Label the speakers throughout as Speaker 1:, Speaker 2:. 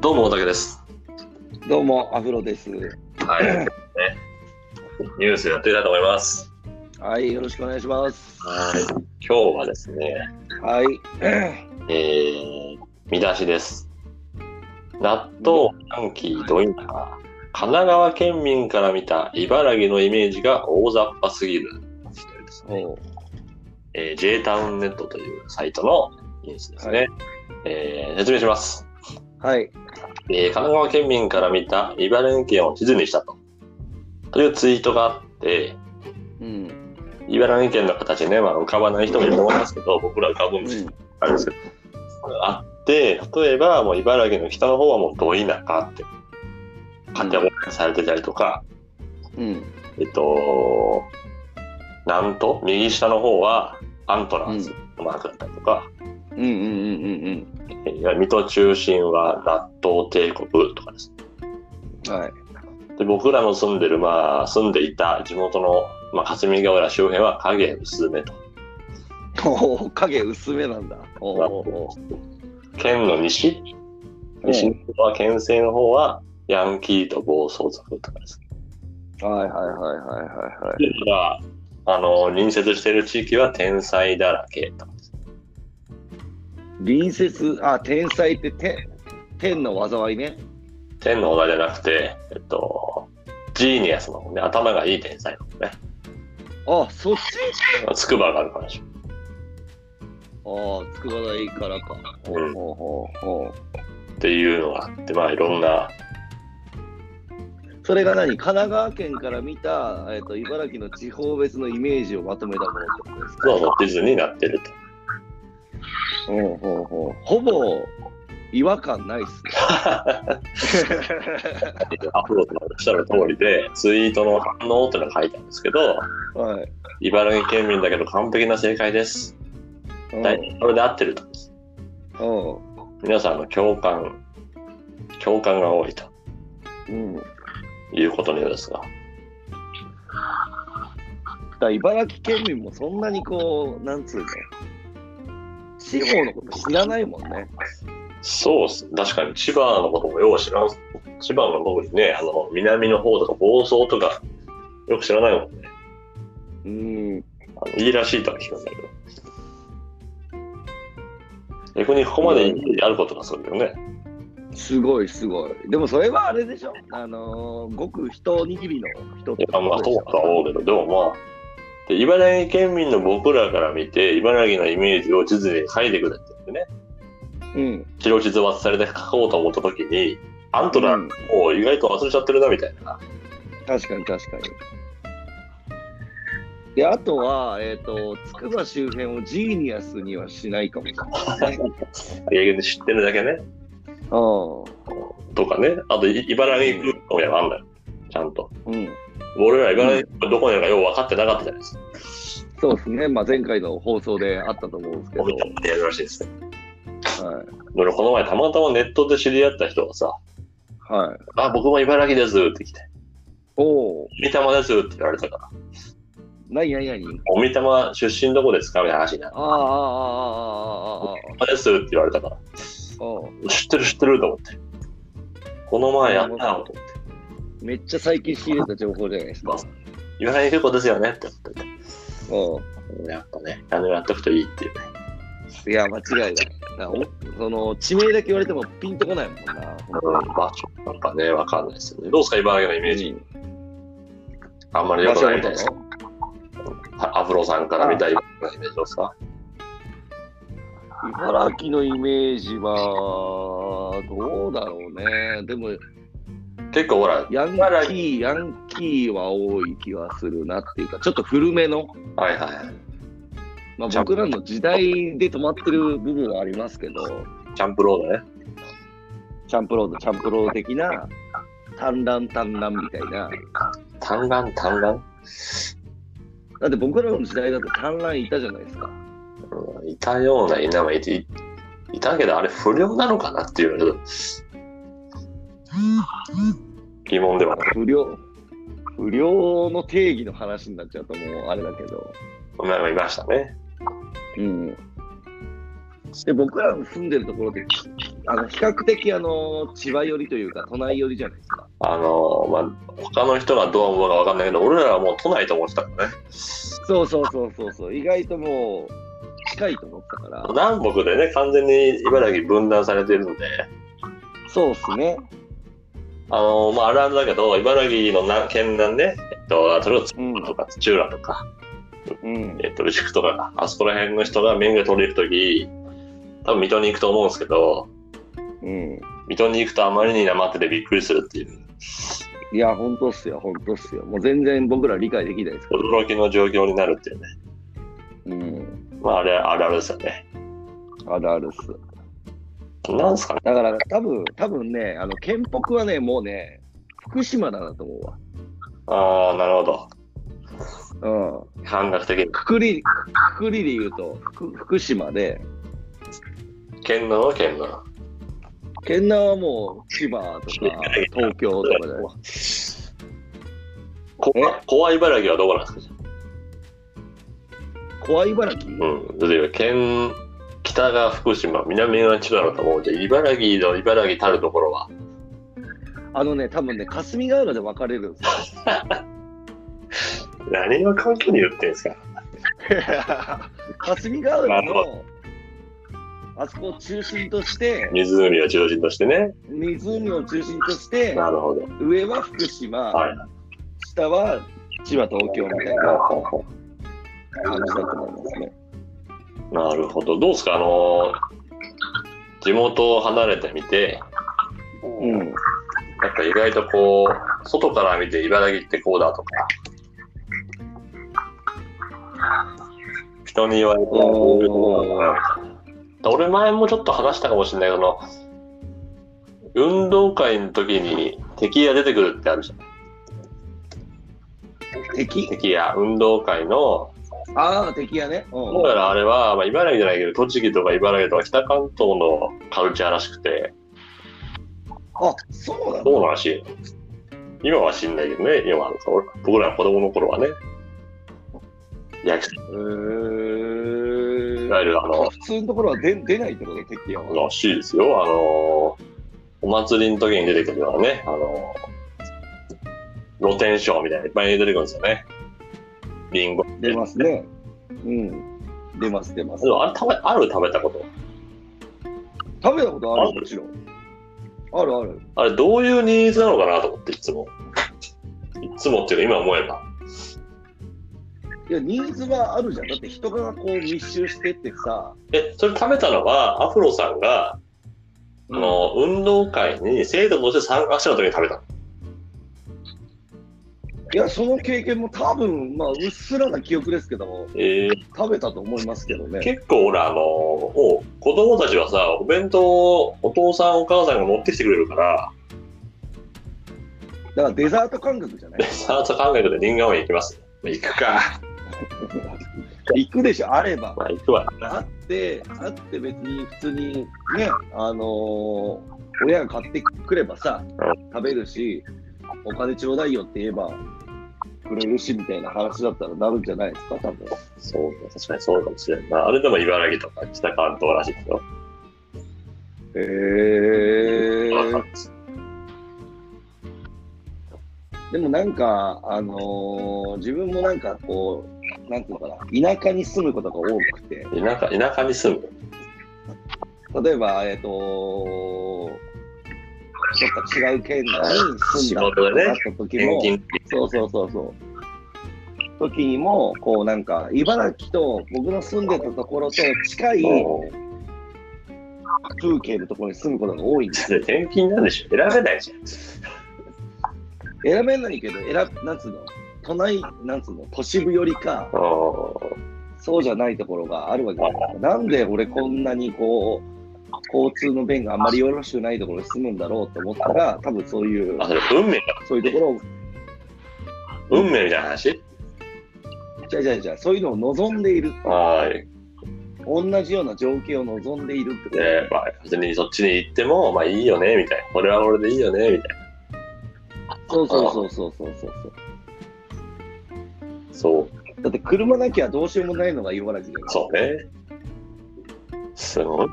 Speaker 1: どうも大竹です。
Speaker 2: どうも、アフロです。
Speaker 1: はい。ね、ニュースやっていきたいと思います。
Speaker 2: はい、よろしくお願いします。
Speaker 1: はい。今日はですね、
Speaker 2: はい。
Speaker 1: えー、見出しです。納豆、ヤンキー、ドインカー。神奈川県民から見た茨城のイメージが大雑把すぎる。というですね
Speaker 2: おう
Speaker 1: えー、J タウンネットというサイトのニュースですね。
Speaker 2: は
Speaker 1: えー説明します、
Speaker 2: はい。
Speaker 1: えー神奈川県民から見た茨城県を地図にしたと。というツイートがあって、
Speaker 2: うん。
Speaker 1: 茨城県の形ね、まあ、浮かばない人もいると思いますけど、僕ら浮かぶ
Speaker 2: うん
Speaker 1: です
Speaker 2: ん。
Speaker 1: あれですけど、あって、例えばもう茨城の北の方はもうど田舎って、勝手にされてたりとか、
Speaker 2: うん。
Speaker 1: えっと、なんと、右下の方はアントラーズのマークだったりとか、
Speaker 2: うんうんうんうん
Speaker 1: えーいわゆる水戸中心は納豆帝国とかですね。
Speaker 2: うん。はい。
Speaker 1: で僕らの住んでる、まあ、住んでいた地元の、まあ、霞ヶ浦周辺は影薄めと。
Speaker 2: おお、影薄めなんだ。おうおうおう
Speaker 1: 県の西西の方は、県西の方は、ヤンキーと暴走族とかですね。
Speaker 2: はいはいはいはいはいはい。
Speaker 1: でまあ、あの、隣接している地域は天才だらけとかですね。
Speaker 2: 隣接、あ、天才って天、天の災いね。
Speaker 1: 天の方じゃなくて、えっと、ジーニアスの方ね、頭がいい天才の方ね。
Speaker 2: あ、そっち
Speaker 1: つくばがあるからでし
Speaker 2: ああ、筑波大からか。
Speaker 1: ょ。うん。っ
Speaker 2: おうおうおう
Speaker 1: ていうのがあって、まあ、いろんな、
Speaker 2: それが何神奈川県から見た、えっ、と、茨城の地方別のイメージをまとめたものってことですか
Speaker 1: どうぞ地図になってると。
Speaker 2: ほうほうほうほぼ違和感ないっすね。
Speaker 1: アフロとおっしゃる通りで、ツイートの反応っていうのが書いてあるんですけど、
Speaker 2: はい。
Speaker 1: 茨城県民だけど完璧な正解です。大体これで合ってると。
Speaker 2: うん。
Speaker 1: 皆さんの共感、共感が多いと
Speaker 2: うん。だ
Speaker 1: いうことのようですが、
Speaker 2: から茨城県民もそんなにこう、なんつうの、地方のこと知らないもんね。
Speaker 1: そうっす。確かに千葉のこともよう知らん。千葉の特にね、あの、南の方とか房総とか、よく知らないもんね。
Speaker 2: うん。
Speaker 1: あのいいらしいとは聞くんだけど。逆にここまであることがそうだよね。
Speaker 2: すごいすごい。でもそれはあれでしょあのー、ごく一握りの人っ
Speaker 1: い
Speaker 2: て
Speaker 1: や、まあ、
Speaker 2: こ
Speaker 1: そ
Speaker 2: とでし
Speaker 1: う
Speaker 2: ょ
Speaker 1: とは思うけど、でもまあ、で茨城県民の僕らから見て、茨城のイメージを地図に書いてくれって言ってね、
Speaker 2: うん。
Speaker 1: 白地図をされて書こうと思った時に、アントラーもう意外と忘れちゃってるなみたいな。
Speaker 2: 確かに確かに。で、あとは、えっ、と、つくば周辺をジーニアスにはしないかもしれないね。
Speaker 1: いやいや知ってるだけね。
Speaker 2: うん。
Speaker 1: とかね。あと、い茨城空港みたいなのあんだよ。ちゃんと。
Speaker 2: うん、
Speaker 1: 俺ら茨城空港どこにあるかよう分かってなかったじゃないですか。
Speaker 2: そうですね、まあ、前回の放送であったと思うんですけど、
Speaker 1: おみたいにやるらしいですね。
Speaker 2: はい
Speaker 1: 俺、この前たまたまネットで知り合った人がさ、
Speaker 2: はい、
Speaker 1: あ、僕も茨城ですって来て、
Speaker 2: おお、
Speaker 1: 三玉ですって言われたから、
Speaker 2: なになになに
Speaker 1: お三玉出身どこですかみたいな話になって
Speaker 2: ああ、ああ、ああ、ああ、ああ、
Speaker 1: 三玉ですって言われたから、
Speaker 2: ああ、
Speaker 1: 知ってる知ってると思って。この前やったなと思って。
Speaker 2: めっちゃ最近仕入れた情報じゃないですか。
Speaker 1: 茨城空港ですよねって言ってて。
Speaker 2: う
Speaker 1: やっぱね、あのやっとくといいっていうね。
Speaker 2: ん、いや、間違いない。なおその地名だけ言われてもピンとこないもん
Speaker 1: う
Speaker 2: な。
Speaker 1: ん、まあちょっとやっぱね、わかんないですよね。どうですか、茨城のイメージ。
Speaker 2: うん
Speaker 1: あんまり良
Speaker 2: 場
Speaker 1: く
Speaker 2: 所
Speaker 1: ない
Speaker 2: ご
Speaker 1: みた
Speaker 2: と
Speaker 1: いです。
Speaker 2: の
Speaker 1: あアフロさんから見た茨城のイメージどうですか
Speaker 2: 茨城のイメージは、どうだろうね。でも、
Speaker 1: 結構ほら、
Speaker 2: ヤンキー、ヤンキーは多い気がするなっていうか、ちょっと古めの。
Speaker 1: はいはい。
Speaker 2: まあ、
Speaker 1: ジャンプ
Speaker 2: 僕らの時代で止まってる部分はありますけど、
Speaker 1: チャンプロードね。
Speaker 2: チャンプロード、チャンプロード的な、単乱単乱みたいな。
Speaker 1: 単眼、単眼、
Speaker 2: だって僕らの時代だと単乱いたじゃないですか。
Speaker 1: うん、いたような稲はいていいたけど、あれ不良なのかなっていうのはちょっと疑問ではない。
Speaker 2: 不良、不良の定義の話になっちゃうともうあれだけど。
Speaker 1: お前もいましたね。
Speaker 2: うん。で、僕らの住んでるところで、あの比較的あの千葉寄りというか、都内寄りじゃないですか。
Speaker 1: あのまあ、他の人がどう思うかわかんないけど、俺らはもう都内と思ってたからね。
Speaker 2: そうそうそうそうそう、意外ともう近いと思ったから、
Speaker 1: 南北でね、完全に茨城分断されてるんで、
Speaker 2: そうっすね。
Speaker 1: あのまあ、あるあるだけど、茨城のな県南ね、えっと、それこそ
Speaker 2: うん、
Speaker 1: とか土浦とか、
Speaker 2: うん、
Speaker 1: えっと、牛久とか、あそこら辺の人が免許取りに行くとき、多分水戸に行くと思うんですけど、
Speaker 2: うん。
Speaker 1: 水戸に行くとあまりに生っててびっくりするっていう、
Speaker 2: いや、本当っすよ、本当っすよ。もう全然僕ら理解できないですから。
Speaker 1: 驚きの状況になるっていうね。
Speaker 2: うん、
Speaker 1: まあ、あれ、あるあるですよね。
Speaker 2: あるあるっす。
Speaker 1: なんすかね。
Speaker 2: だから多分、多分ね、あの、県北はね、もうね、福島だなと思うわ。
Speaker 1: ああ、なるほど。
Speaker 2: うん。
Speaker 1: 感覚的に。
Speaker 2: くくり、くくりで言うと、福福島で、
Speaker 1: 県南は県南。
Speaker 2: 県南はもう千葉とか東京とかじゃない
Speaker 1: こ
Speaker 2: え
Speaker 1: 怖い茨城はどこなんですか
Speaker 2: 怖い茨城、
Speaker 1: うん。例えば、県、北が福島、南が千葉だと思うじゃ茨城の茨城たるところは。
Speaker 2: あのね、多分ね、霞ヶ浦で分かれる んですよ。
Speaker 1: 何を関係に言ってんすか
Speaker 2: 霞ヶ浦の、あそこを中心として、
Speaker 1: 湖を中心としてね。
Speaker 2: 湖を中心として、
Speaker 1: なるほど。
Speaker 2: 上は福島、
Speaker 1: はい。
Speaker 2: 下は千葉、東京みたいな感じだと思いますね。
Speaker 1: なるほど。どうですかあのー地元を離れてみて、
Speaker 2: うん。
Speaker 1: なんか意外とこう、外から見て茨城ってこうだとか、人に言われて、こういうところだな俺前もちょっと話したかもしれないけど、運動会の時に敵が出てくるってあるじゃん。
Speaker 2: 敵
Speaker 1: 敵が、運動会の、
Speaker 2: ああ、敵やね。う
Speaker 1: どうやらあれは、まあ、茨城じゃないけど、栃木とか茨城とか北関東のカルチャーらしくて、
Speaker 2: あ、そうなの
Speaker 1: どうなんらしいよ今は知んないけどね、今は俺僕らの子供の頃はね。焼きそ
Speaker 2: へー
Speaker 1: ばいわゆるあの
Speaker 2: あ、普通のところは出出ないってこと敵やわ。
Speaker 1: らしいですよ。あのーお祭りの時に出てくるようなね、あのー露天商みたいなのいっぱい出てくるんですよね。リンゴ。
Speaker 2: 出ますね。うん。出ます、出ます
Speaker 1: で。もあれ食べ、ある食べたこと。
Speaker 2: 食べたことあ
Speaker 1: あ
Speaker 2: る
Speaker 1: る
Speaker 2: もちろん。あるある。
Speaker 1: あれ、どういうニーズなのかなと思って、いつも。いつもっていうか、今思えば。
Speaker 2: いや、ニーズはあるじゃん。だって人がこう密集してってさ。
Speaker 1: え、それ食べたのは、アフロさんが、あのー運動会に生徒として参加してた時に食べたの。
Speaker 2: いや、その経験も多分、まあ、うっすらな記憶ですけども、
Speaker 1: えー
Speaker 2: 食べたと思いますけどね。
Speaker 1: 結構ほら、あの、もう子供たちはさ、お弁当をお父さんお母さんが持ってきてくれるから、
Speaker 2: だからデザート感覚じゃない
Speaker 1: デザート感覚でリンガーマン行きます。行くか。
Speaker 2: 行くでしょ、あれば。
Speaker 1: まあ行くわ。
Speaker 2: あって、あって別に普通にね、あのー親が買ってくればさ、食べるし、お金ちょうだいよって言えば、くれるしみたいな話だったらなるんじゃないですか、多分。
Speaker 1: そう、確かにそうかもしれんな。あれでも茨城とか北関東らしいですよ。え
Speaker 2: へー。でもなんか、あのー自分もなんかこう、なんていうのかな、田舎に住むことが多くて、
Speaker 1: 田舎、田舎に住む。
Speaker 2: 例えば、えっ、とちょっと違う県内に住んだ
Speaker 1: 仕事でね
Speaker 2: なった時
Speaker 1: 転
Speaker 2: も、
Speaker 1: 勤。
Speaker 2: そうそうそうそう。時にも、こうなんか、茨城と僕の住んでたところと近い
Speaker 1: もう、
Speaker 2: 風景のところに住むことが多いんです。
Speaker 1: それ転勤なんでしょ。選べないじゃん。
Speaker 2: 選べないけど、選ぶ、なんつうの、都内、なんつうの、都市部よりか、
Speaker 1: う。
Speaker 2: そうじゃないところがあるわけじゃないですか。なんで俺こんなにこう、交通の便があんまりよろしくないところに住むんだろうと思ったら、多分そういうん
Speaker 1: あ、、それ運命か。
Speaker 2: そういうところを、
Speaker 1: 運命みたいな話
Speaker 2: じゃじゃじゃそういうのを望んでいる。
Speaker 1: はい。
Speaker 2: 同じような情景を望んでいるってこと。
Speaker 1: で、まあ、別にそっちに行っても、まあいいよね、みたいな。俺は俺でいいよね、みたいな。
Speaker 2: そうそうそうそうそうそうそう。
Speaker 1: そう。
Speaker 2: だって車なきゃどうしようもないのが茨城だよ。
Speaker 1: そうね。すごい。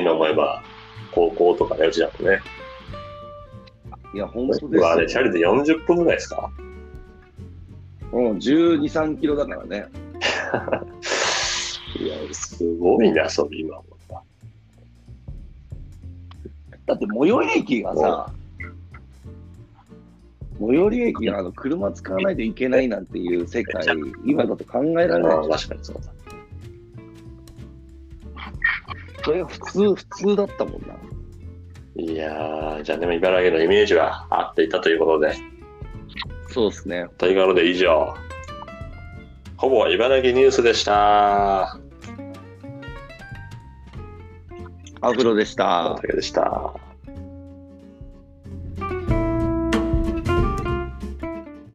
Speaker 1: 今思えば。高校とかね、うちだとね。
Speaker 2: いや、本当
Speaker 1: 僕
Speaker 2: です
Speaker 1: はあれ、
Speaker 2: よ。
Speaker 1: チャリで40分ぐらいですか
Speaker 2: うん、12、3キロだからね。
Speaker 1: いや、すごいな、それ今思った。
Speaker 2: だって最寄り駅がさ、最寄り駅があの車使わないといけないなんていう世界、今だと考えられない。
Speaker 1: あ確かにそうだ。
Speaker 2: それが普通、普通だったもんな。
Speaker 1: いやー、じゃあでも茨城のイメージは合っていたということで、
Speaker 2: そうですね。
Speaker 1: ということで以上、ほぼ茨城ニュースでした。
Speaker 2: アフロでした
Speaker 1: お。疲れでした。